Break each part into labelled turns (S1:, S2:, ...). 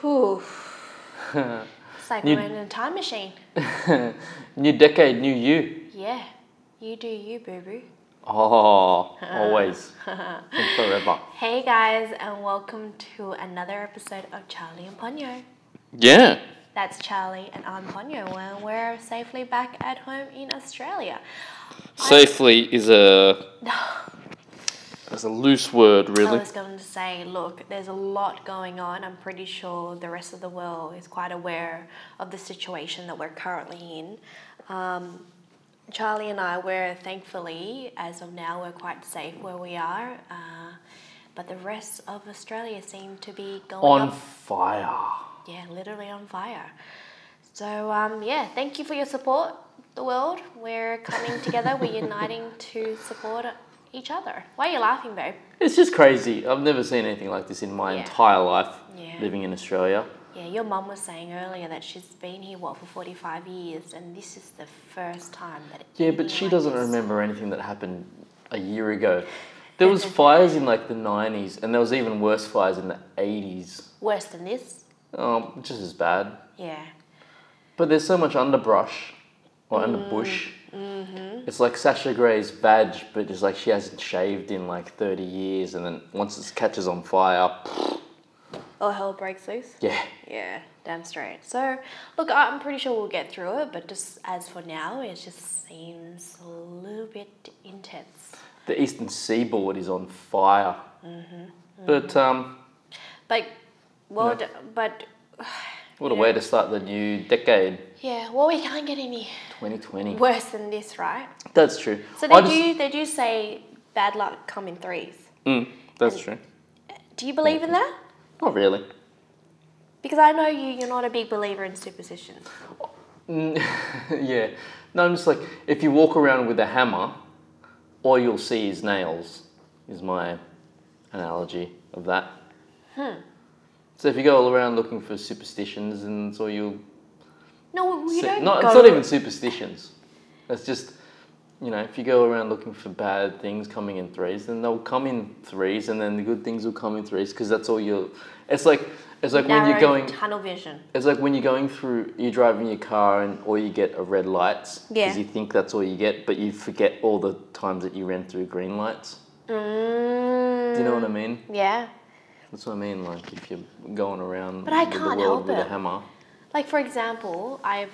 S1: Whew. It's like
S2: You-
S1: we're in a time machine.
S2: new decade, new you.
S1: Yeah. You do you, boo boo.
S2: Oh, always and forever.
S1: Hey guys, and welcome to another episode of Charlie and Ponyo.
S2: Yeah.
S1: That's Charlie and I'm Ponyo, and we're safely back at home in Australia.
S2: Safely is a is a loose word,
S1: I
S2: really.
S1: was going to say, look, there's a lot going on. I'm pretty sure the rest of the world is quite aware of the situation that we're currently in. Um, Charlie and I, we're thankfully, as of now, we're quite safe where we are. Uh, but the rest of Australia seem to be going
S2: On
S1: up,
S2: fire.
S1: yeah, literally on fire. So um, yeah, thank you for your support, the world. We're coming together. we're uniting to support each other. Why are you laughing, babe?
S2: It's just crazy. I've never seen anything like this in my
S1: Yeah.
S2: entire life
S1: Yeah.
S2: living in Australia.
S1: Yeah, your mum was saying earlier that she's been here what for forty five years, and this is the first time that.
S2: Yeah, but
S1: anything
S2: she
S1: like
S2: doesn't
S1: this-
S2: remember anything that happened a year ago. There was fires in like the 90s and there was even worse fires in the 80s.
S1: Worse than this.
S2: Um, just as bad.
S1: Yeah,
S2: But there's so much underbrush or
S1: Mm,
S2: underbush. Mm-hmm. It's like Sasha Grey's badge, but it's like she hasn't shaved in like 30 years, and then once it catches on fire,
S1: all Oh, hell breaks loose.
S2: yeah.
S1: Yeah, damn straight. So, look, I'm pretty sure we'll get through it, but just as for now, it just seems a little bit intense.
S2: The eastern seaboard is on fire.
S1: Mm-hmm.
S2: But um,
S1: But well,
S2: No.
S1: d- but
S2: what a way to start the new decade,
S1: yeah, well, we can't get any
S2: 2020.
S1: worse than this, right?
S2: That's true.
S1: So
S2: I
S1: they
S2: just-
S1: do they do say bad luck come in threes.
S2: Mm, that's true.
S1: Do you believe in that?
S2: Not really.
S1: Because I know you, you're not a big believer in superstition.
S2: Mm, yeah. No, I'm just like, if you walk around with a hammer, all you'll see is nails, is my analogy of that.
S1: Hmm.
S2: So if you go all around looking for superstitions, and that's all you'll
S1: No, you
S2: see.
S1: don't.
S2: No,
S1: go,
S2: it's not even superstitions. That's just, you know, if you go around looking for bad things coming in threes, then they'll come in threes, and then the good things will come in threes, because that's all you'll. It's like, it's like when you're
S1: narrow
S2: going.
S1: tunnel vision.
S2: It's like when you're going through, you're driving your car and all you get are red lights.
S1: Yeah.
S2: Because you think that's all you get, but you forget all the times that you ran through green lights.
S1: Mm,
S2: Do you know what I mean?
S1: yeah.
S2: That's what I mean. Like if you're going around
S1: But I
S2: with
S1: can't
S2: the world
S1: help
S2: with
S1: it.
S2: a hammer.
S1: Like for example, I've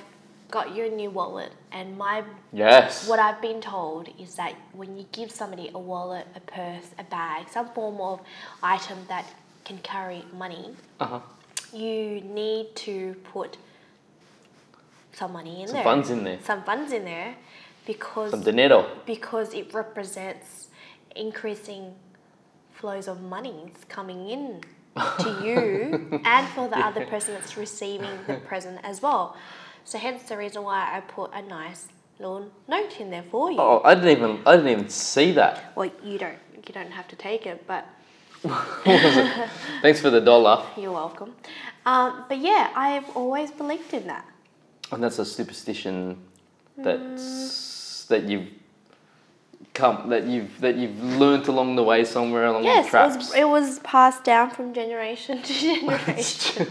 S1: got you a new wallet, and my
S2: Yes.
S1: what I've been told is that when you give somebody a wallet, a purse, a bag, some form of item that can carry money,
S2: Uh huh.
S1: you need to put some money in
S2: Some
S1: there,
S2: funds in there.
S1: some funds in there, because
S2: Some dinero.
S1: because it represents increasing flows of monies coming in to you and for the other person that's receiving the present as well. So hence the reason why I put a nice little note in there for you.
S2: Oh, I didn't even. I didn't even see that.
S1: Well, you don't you don't have to take it, but
S2: Thanks for the dollar.
S1: you're welcome. Um, but yeah, I've always believed in that.
S2: And that's a superstition
S1: Mm.
S2: that's that you've come that you've that you've learnt along the way somewhere along
S1: Yes,
S2: the
S1: it
S2: traps.
S1: was, it was passed down from generation to generation.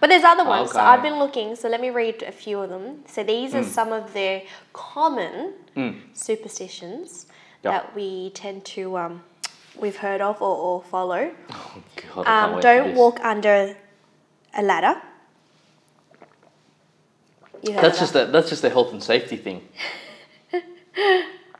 S1: but there's other ones. So
S2: Oh, Okay. Hmm.
S1: I've been looking, so let me read a few of them. So these are some of the common superstitions
S2: Yeah.
S1: that we tend to, um, we've heard of or, or follow.
S2: Oh, God, I can't
S1: Um,
S2: wait for
S1: don't
S2: this.
S1: walk under a ladder. You heard
S2: That's
S1: of
S2: just a, that's just a health and safety thing.
S1: that.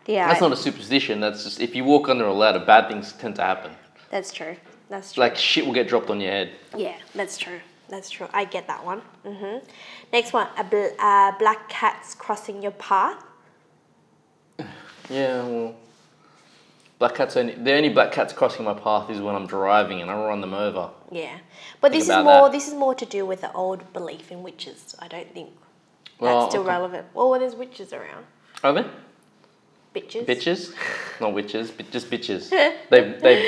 S1: yeah,
S2: That's not a superstition. That's just if you walk under a ladder, bad things tend to happen.
S1: that's true. That's true.
S2: Like shit will get dropped on your head.
S1: Yeah, that's true. That's true. I get that one. hmm Next one, a bl- uh, black cat's crossing your path.
S2: Yeah, well, black cats only the only black cats crossing my path is when I'm driving and I run them over.
S1: Yeah, but this is
S2: about
S1: more
S2: that.
S1: this is more to do with the old belief in witches. I don't think that's
S2: Well,
S1: still
S2: okay.
S1: relevant. Well, well, there's witches around.
S2: Are they
S1: Bitches.
S2: bitches? not witches, but just bitches. they've they've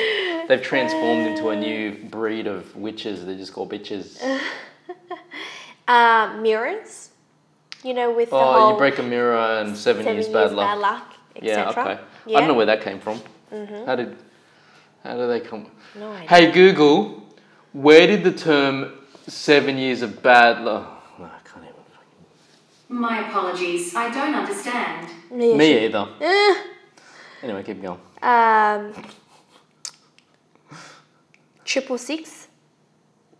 S2: they've transformed into a new breed of witches. They just call bitches.
S1: Uh, mirrors. You know, with the
S2: Oh,
S1: whole
S2: you break a mirror and seven,
S1: seven
S2: years, bad luck. Yeah,
S1: etc.
S2: okay.
S1: Yeah. Mm-hmm.
S2: I don't know where that came from. How did how do they come?
S1: No idea.
S2: Hey Google, Where did the term seven years of bad luck? Oh, no, I can't even.
S3: My apologies, I don't understand.
S2: Me either.
S1: Eh.
S2: Anyway, keep going.
S1: Um, triple six,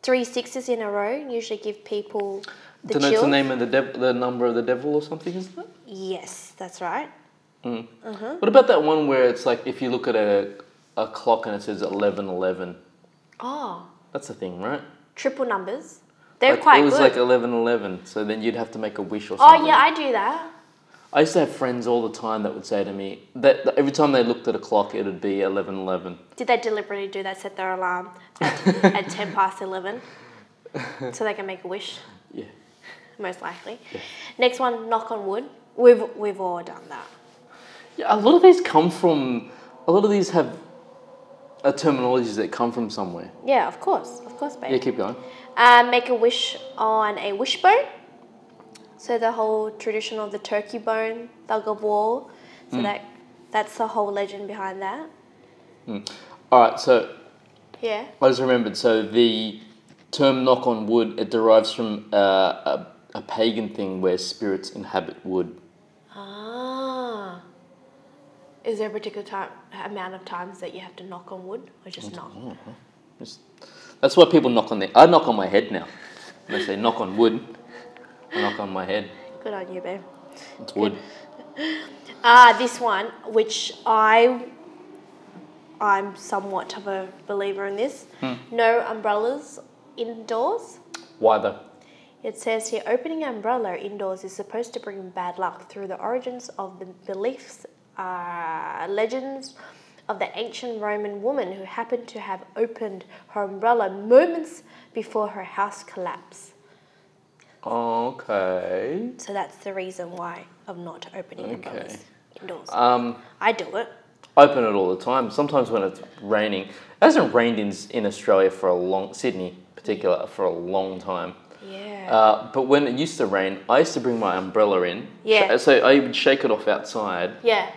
S1: three sixes in a row usually give people the
S2: Don't know it's
S1: chill.
S2: the name of the dev- the number of the devil or something, isn't it?
S1: Yes, that's right.
S2: What about that one where it's like if you look at a a clock and it says eleven eleven?
S1: Oh,
S2: That's the thing, right?
S1: triple numbers. They're
S2: Like,
S1: quite
S2: it was
S1: good.
S2: like eleven eleven. So then you'd have to make a wish or something.
S1: oh yeah, I do that.
S2: I used to have friends all the time that would say to me that, that every time they looked at a clock, it'd be eleven eleven.
S1: Did they deliberately do that? Set their alarm at, at ten past eleven, so they can make a wish.
S2: Yeah.
S1: Most likely. Next one, knock on wood. We've we've all done that.
S2: Yeah, a lot of these come from. A lot of these have. Are terminologies that come from somewhere.
S1: Yeah, of course, of course, babe.
S2: Yeah, keep going.
S1: uh, make a wish on a wishbone. So the whole tradition of the turkey bone, thug of war.
S2: Hmm.
S1: So that that's the whole legend behind that.
S2: All right, so
S1: Yeah.
S2: I just remembered. So the term "knock on wood" it derives from uh, a, a pagan thing where spirits inhabit wood.
S1: Ah. Is there a particular time amount of times that you have to knock on wood or just knock?
S2: Just- that's why people knock on their. I knock on my head now. They say "knock on wood." I knock on my head.
S1: Good on you, babe.
S2: It's wood.
S1: Ah, this one, which I I'm somewhat of a believer in this. No umbrellas indoors.
S2: Why though?
S1: It says here opening an umbrella indoors is supposed to bring bad luck through the origins of the beliefs, uh, legends of the ancient Roman woman who happened to have opened her umbrella moments before her house collapsed.
S2: Okay.
S1: So that's the reason why of not opening umbrellas indoors.
S2: Um,
S1: I do it.
S2: I open it all the time. Sometimes when it's raining, it hasn't rained in in Australia for a long Sydney, in particular for a long time.
S1: Yeah.
S2: Uh, but when it used to rain, I used to bring my umbrella in.
S1: Yeah.
S2: So, so I would shake it off outside,
S1: yeah.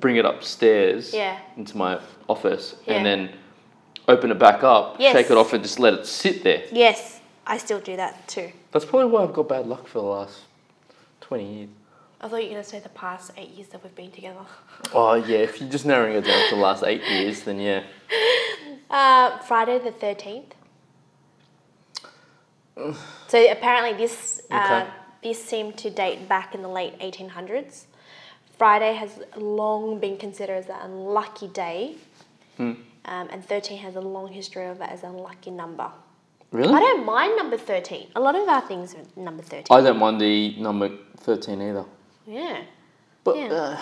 S2: bring it upstairs
S1: Yeah.
S2: into my office,
S1: Yeah.
S2: and then open it back up,
S1: Yes.
S2: shake it off, and just let it sit there.
S1: Yes, I still do that too.
S2: That's probably why I've got bad luck for the last 20 years.
S1: I thought you were going to say the past eight years that we've been together.
S2: Oh, yeah, if you're just narrowing it down to the last eight years, then yeah.
S1: Uh, Friday the 13th. So apparently, this uh,
S2: Okay.
S1: this seemed to date back in the late 1800s. Friday has long been considered as an unlucky day, um, and 13 has a long history of it as an unlucky number.
S2: Really?
S1: I don't mind number 13. A lot of our things are number 13.
S2: I don't mind the number 13 either.
S1: yeah.
S2: But,
S1: Yeah.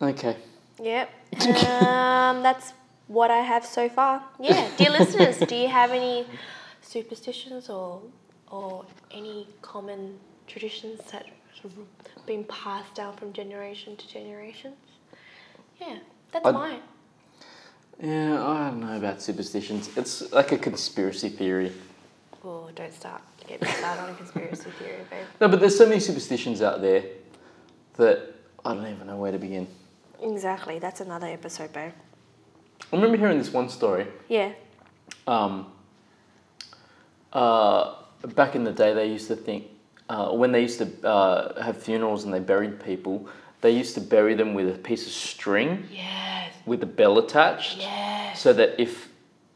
S2: uh, okay.
S1: Yep. Um, that's what I have so far. Yeah. Dear listeners, do you have any superstitions or or any common traditions that have been passed down from generation to generation? Yeah, that's
S2: I'd-
S1: mine.
S2: Yeah, I don't know about superstitions. It's like a conspiracy theory.
S1: Oh, don't start. Get me started on a conspiracy theory, babe.
S2: No, but there's so many superstitions out there that I don't even know where to begin.
S1: Exactly. That's another episode, babe.
S2: I remember hearing this one story.
S1: Yeah.
S2: Um, uh, back in the day, they used to think uh, when they used to uh, have funerals and they buried people, they used to bury them with a piece of string
S1: Yes.
S2: with a bell attached,
S1: Yes.
S2: so that if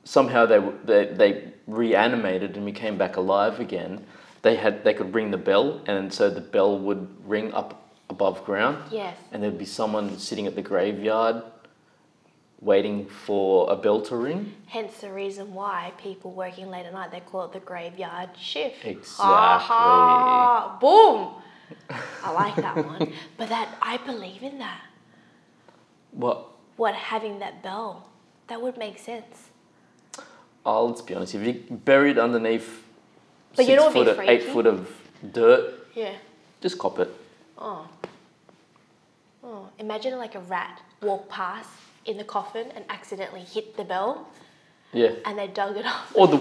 S2: somehow they, were- they they reanimated and became back alive again, they had they could ring the bell, and so the bell would ring up above ground.
S1: Yes.
S2: and there'd be someone sitting at the graveyard waiting for a bell to ring.
S1: Hence the reason why people working late at night they call it the graveyard shift.
S2: Exactly.
S1: Aha! Boom. I like that one, but that I believe in that.
S2: Well,
S1: What having that bell, that would make sense.
S2: oh, let's be honest, if you're buried underneath
S1: But
S2: six
S1: you know
S2: foot
S1: what'd be
S2: of, eight
S1: freaky?
S2: foot of dirt,
S1: Yeah.
S2: just cop it.
S1: Oh. Oh. Imagine like a rat walk past in the coffin and accidentally hit the bell,
S2: Yeah.
S1: and they dug it up.
S2: Or the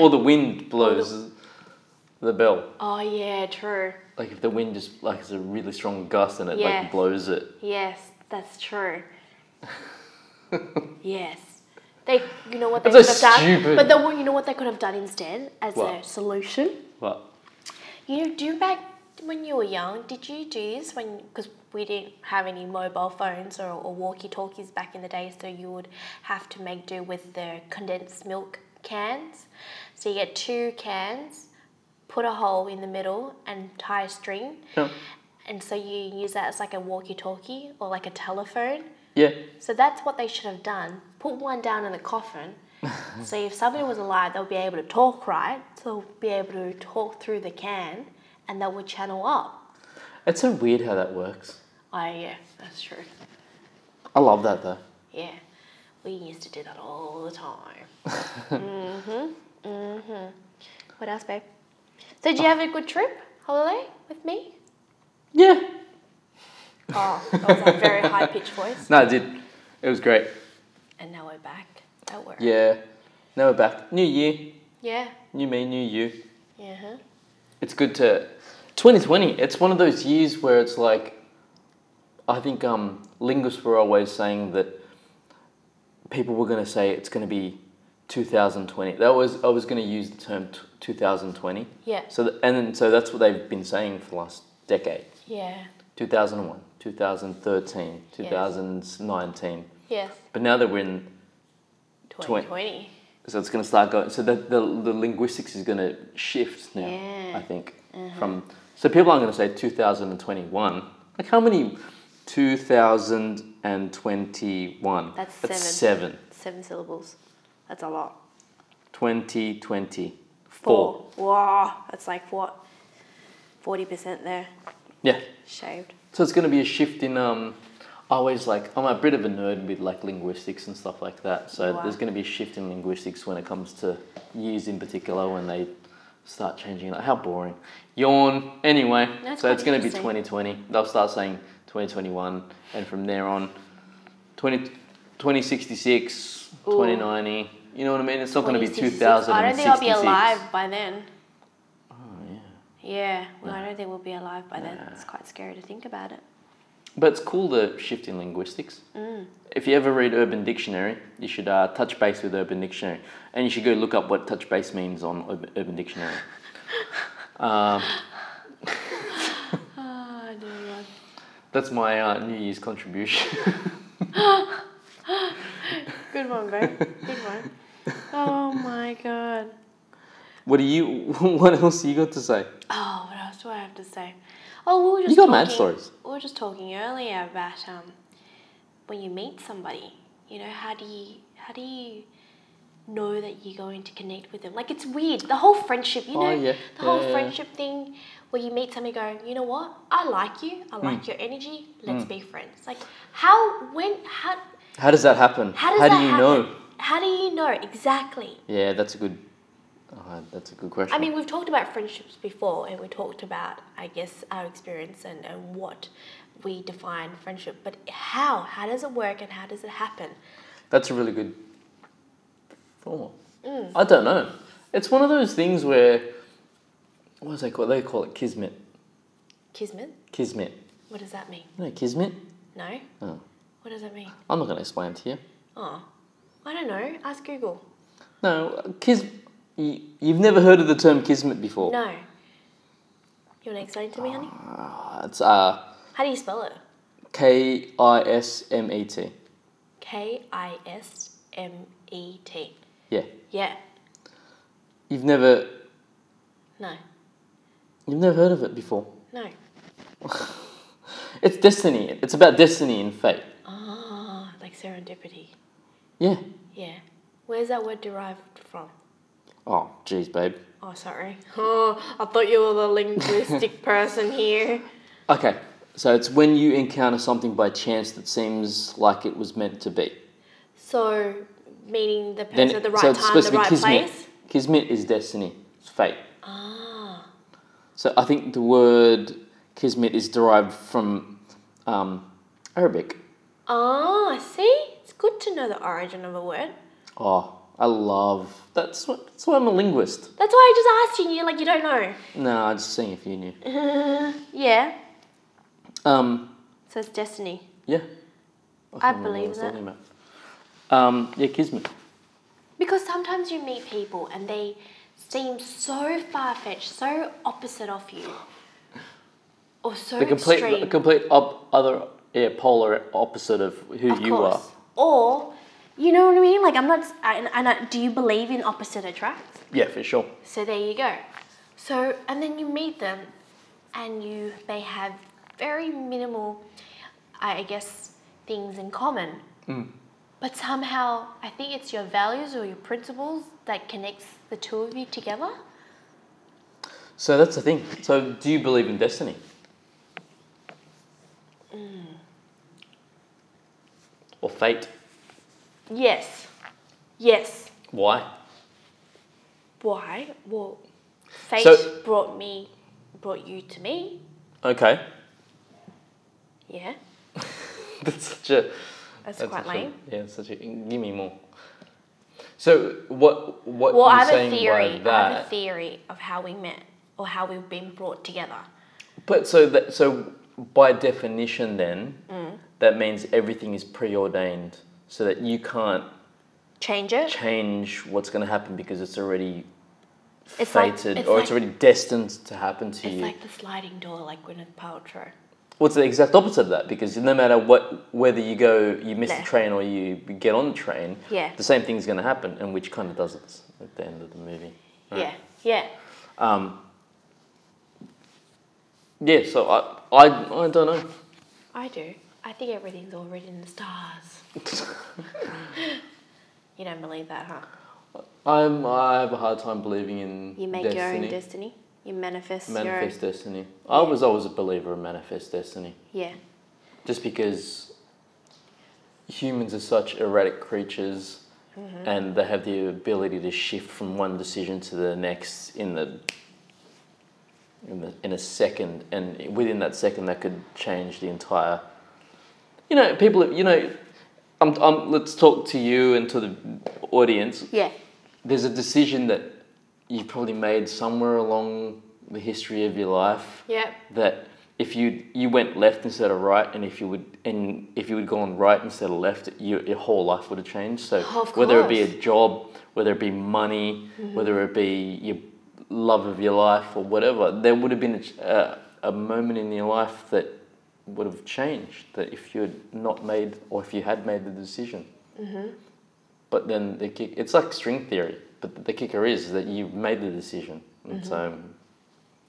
S2: or the wind blows the bell.
S1: Oh yeah, true.
S2: Like if the wind just like is a really strong gust and it
S1: Yeah.
S2: like blows it.
S1: Yes, that's true. yes. They, you know what they
S2: That's
S1: could
S2: so
S1: have done,
S2: stupid.
S1: but the, you know what they could have done instead as a
S2: What?
S1: solution.
S2: But
S1: You know, do you back when you were young? Did you do this when? Because we didn't have any mobile phones or, or walkie talkies back in the day, so you would have to make do with the condensed milk cans. So you get two cans, put a hole in the middle, and tie a string.
S2: yeah,
S1: And so you use that as like a walkie talkie or like a telephone.
S2: yeah,
S1: So that's what they should have done. Put one down in the coffin. so if somebody was alive, they'll be able to talk, right? So they'll be able to talk through the can and that would channel up.
S2: it's so weird how that works.
S1: Oh, yeah, that's true.
S2: I love that though.
S1: Yeah. We used to do that all the time. hmm hmm What else, babe? So did you have a good trip, holiday, with me?
S2: Yeah.
S1: Oh, that was a very high-pitched voice.
S2: No, I did. It was great.
S1: And now we're back at work.
S2: Yeah. Now we're back. New year,
S1: Yeah. Uh-huh.
S2: new me, new you.
S1: Yeah. huh?
S2: It's good to. 2020. It's one of those years where it's like. I think um, linguists were always saying that people were going to say it's going to be 2020. That was I was going to use the term t- 2020.
S1: Yeah.
S2: So th- and then, so that's what they've been saying for the last decade.
S1: Yeah.
S2: 2001, 2013, 2019.
S1: Yes.
S2: But now that we're in,
S1: 2020.
S2: so it's going to start going. So the, the, the linguistics is going to shift now.
S1: Yeah. Uh-huh.
S2: I think from so people aren't going to say 2021. Like how many 2021?
S1: That's
S2: seven.
S1: Seven syllables. That's a lot.
S2: 2020. Four.
S1: Four. Wow. That's like what? 40% there.
S2: Yeah.
S1: Shaved.
S2: So it's going to be a shift in. Um, I always like I'm a bit of a nerd with like linguistics and stuff like that. So
S1: You are.
S2: there's going to be a shift in linguistics when it comes to years in particular when they start changing. Like how boring. Yawn. Anyway,
S1: That's
S2: so
S1: quite
S2: it's going to be
S1: interesting.
S2: 2020. They'll start saying 2021, and from there on, 20, 2066,
S1: Ooh.
S2: 2090. You know what I mean? It's not going to be
S1: 2066.
S2: 2066.
S1: I don't think I'll be alive by then.
S2: Oh, yeah.
S1: Yeah. No, I don't think we'll be alive by then. It's quite scary to think about it.
S2: But it's cool the shift in linguistics.
S1: Mm.
S2: If you ever read Urban Dictionary, you should uh, touch base with Urban Dictionary, and you should go look up what touch base means on Ur- Urban Dictionary. um,
S1: Oh, dear God.
S2: that's my uh, New Year's contribution.
S1: Good one, bro. Good one. Oh, my God.
S2: what do you? What else you got to say?
S1: Oh, what else do I have to say? Oh, we were just
S2: got
S1: talking,
S2: mad stories.
S1: We were just talking earlier about um, when you meet somebody, you know, how do you how do you know that you're going to connect with them? Like it's weird. The whole friendship, you
S2: Oh,
S1: know,
S2: yeah.
S1: the whole
S2: Yeah, yeah, yeah.
S1: friendship thing where you meet somebody and go, you know what? I like you.
S2: Hmm.
S1: I like your energy. Let's be friends. Like how when how
S2: How does that happen?
S1: how does
S2: do
S1: that
S2: you
S1: happen?
S2: know?
S1: How do you know exactly?
S2: Yeah, that's a good. Uh, that's a good question.
S1: I mean, we've talked about friendships before, and we talked about, I guess, our experience and, and what we define friendship. But how? How does it work, and how does it happen?
S2: That's a really good thought.
S1: Mm.
S2: I don't know. It's one of those things where what is they call? They call it kismet.
S1: Kismet?
S2: Kismet.
S1: What does that mean?
S2: You know kismet?
S1: No.
S2: Oh.
S1: What does that mean?
S2: I'm not going to explain it to you.
S1: Oh, I don't know. Ask Google.
S2: No, kis. You, you've never heard of the term kismet before.
S1: No. You want to explain it to me, honey?
S2: Ah, it's uh,
S1: How do you spell it?
S2: K I S M E T.
S1: K I S M E T.
S2: Yeah.
S1: Yeah.
S2: You've never
S1: No.
S2: you've never heard of it before.
S1: No.
S2: It's destiny. It's about destiny and fate.
S1: Ah, like serendipity.
S2: Yeah.
S1: Yeah. Where's that word derived from?
S2: Oh, jeez, babe.
S1: Oh, sorry. Oh, I thought you were the linguistic person here.
S2: Okay, so it's when you encounter something by chance that seems like it was meant to be.
S1: So, meaning the person at the right
S2: so it's
S1: time,
S2: supposed
S1: the
S2: to be
S1: right
S2: kismet.
S1: place.
S2: Kismet is destiny. It's fate.
S1: Ah,
S2: So I think the word kismet is derived from um, Arabic.
S1: ah, see, it's good to know the origin of a word.
S2: Oh, I love. That's what. That's why I'm a linguist.
S1: That's why I just asked you. and You're like you don't know.
S2: No, I'm just seeing if you knew.
S1: Yeah.
S2: Um,
S1: So it's destiny.
S2: yeah.
S1: I
S2: can't remember what
S1: believe
S2: was
S1: that.
S2: talking about. Um, yeah, kismet.
S1: Because sometimes you meet people and they seem so far fetched, so opposite of you, or so
S2: The complete,
S1: extreme.
S2: the complete op, other, yeah, polar opposite of who
S1: of
S2: you
S1: course.
S2: are.
S1: Or, you know what I mean? Like, I'm not. And, and I, do you believe in opposite attracts?
S2: Yeah, for sure.
S1: So there you go. So, and then you meet them and you they have very minimal, I guess, things in common.
S2: Hmm.
S1: But somehow, I think it's your values or your principles that connects the two of you together.
S2: So that's the thing. So do you believe in destiny?
S1: Mm.
S2: Or fate?
S1: Yes. Yes.
S2: Why?
S1: Why? Well, fate
S2: So-
S1: brought me, brought you to me.
S2: Okay.
S1: Yeah.
S2: That's such a.
S1: That's,
S2: that's
S1: quite
S2: such a-
S1: lame.
S2: yeah, such a. Give me more. So what what
S1: Well,
S2: you're
S1: I have a
S2: saying
S1: theory. I
S2: by that?
S1: have a theory of how we met or how we've been brought together.
S2: But so that so by definition, then
S1: Mm.
S2: that means everything is preordained, so that you can't
S1: Change it.
S2: change what's going to happen because it's already
S1: It's like-
S2: fated
S1: it's
S2: or
S1: like-
S2: it's already destined to happen to
S1: It's
S2: you.
S1: like the sliding door, like Gwyneth Paltrow.
S2: What's the exact opposite of that? Because no matter what, whether you go, you miss the
S1: Left.
S2: train or you get on the train,
S1: Yeah.
S2: the same thing's going to happen, and which kind of does it at the end of the movie.
S1: Yeah, yeah.
S2: Um, Yeah. So I I, I don't know.
S1: I do. I think everything's all written in the stars. You don't believe that, huh?
S2: I'm I have a hard time believing in
S1: You make your own
S2: destiny.
S1: destiny. You manifest,
S2: Manifest destiny. I
S1: Yeah.
S2: was always a believer in manifest destiny,
S1: your own. Yeah.
S2: just because humans are such erratic creatures, and they have the ability to shift from one decision to the next in the in, the, in a second, and within that second, that could change the entire. You know, people. You know, I'm, I'm, let's talk to you and to the audience
S1: Yeah.
S2: there's a decision that you've probably made somewhere along the history of your life
S1: Yeah.
S2: that if you you went left instead of right and if you would and if you would go on right instead of left your, your whole life would have changed so
S1: Oh, of
S2: whether it be a
S1: course. Mm-hmm.
S2: job whether it be money whether it be your love of your life or whatever there would have been a, ch- a, a moment in your life that would have changed that if you had not made or if you had made the decision
S1: Mm-hmm.
S2: but then the kick, it's like string theory. But the kicker is that you've made the decision, and so you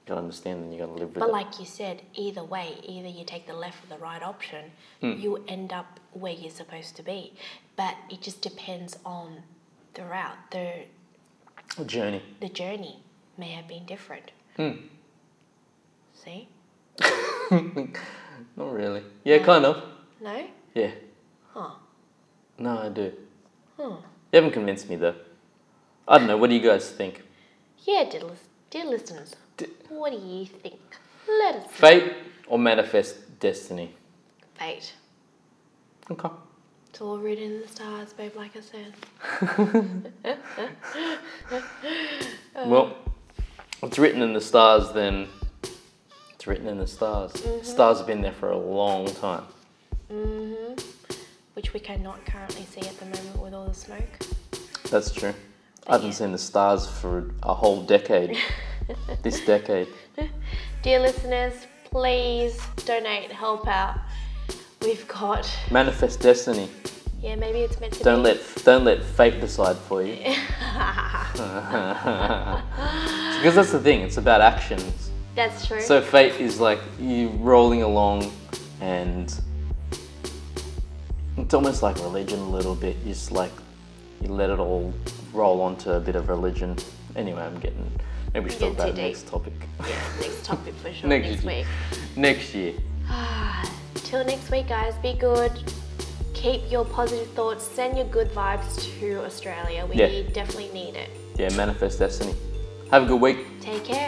S2: gotta understand and you gotta live with
S1: Mm-hmm. But
S2: it.
S1: like you said, either way, either you take the left or the right option, you end up where you're supposed to be. But it just depends on the route. The
S2: A journey.
S1: the journey may have been different. See?
S2: Not really. Yeah, kind of.
S1: No?
S2: Yeah.
S1: Huh. Hmm.
S2: No, I do.
S1: Huh.
S2: You haven't convinced me though. I don't know. What do you guys think?
S1: Yeah, dear, lis- dear listeners,
S2: D-
S1: what do you think? Let us know.
S2: Fate or manifest destiny?
S1: Fate.
S2: Okay.
S1: It's all written in the stars, babe, like I said.
S2: well, it's written in the stars. Then it's written in the stars. Stars have been there for a long time.
S1: Which we cannot currently see at the moment with all the smoke.
S2: That's true. I haven't
S1: yeah.
S2: seen the stars for a whole decade. this decade.
S1: Dear listeners, please donate, help out. We've got,
S2: Manifest destiny.
S1: yeah, maybe it's meant to
S2: Don't
S1: be.
S2: let don't let fate decide for you. because that's the thing. It's about actions.
S1: That's true.
S2: So fate is like you rolling along, and it's almost like religion a little bit. You just like you let it all roll onto a bit of religion. Anyway, I'm getting maybe we should
S1: Getting
S2: talk
S1: too
S2: about the
S1: deep.
S2: next topic
S1: next topic for sure,
S2: Next
S1: next
S2: year.
S1: week.
S2: next year.
S1: Till next week, guys, be good. Keep your positive thoughts, send your good vibes to Australia. We
S2: Yeah.
S1: definitely need it.
S2: Yeah, manifest destiny. Have a good week.
S1: Take care.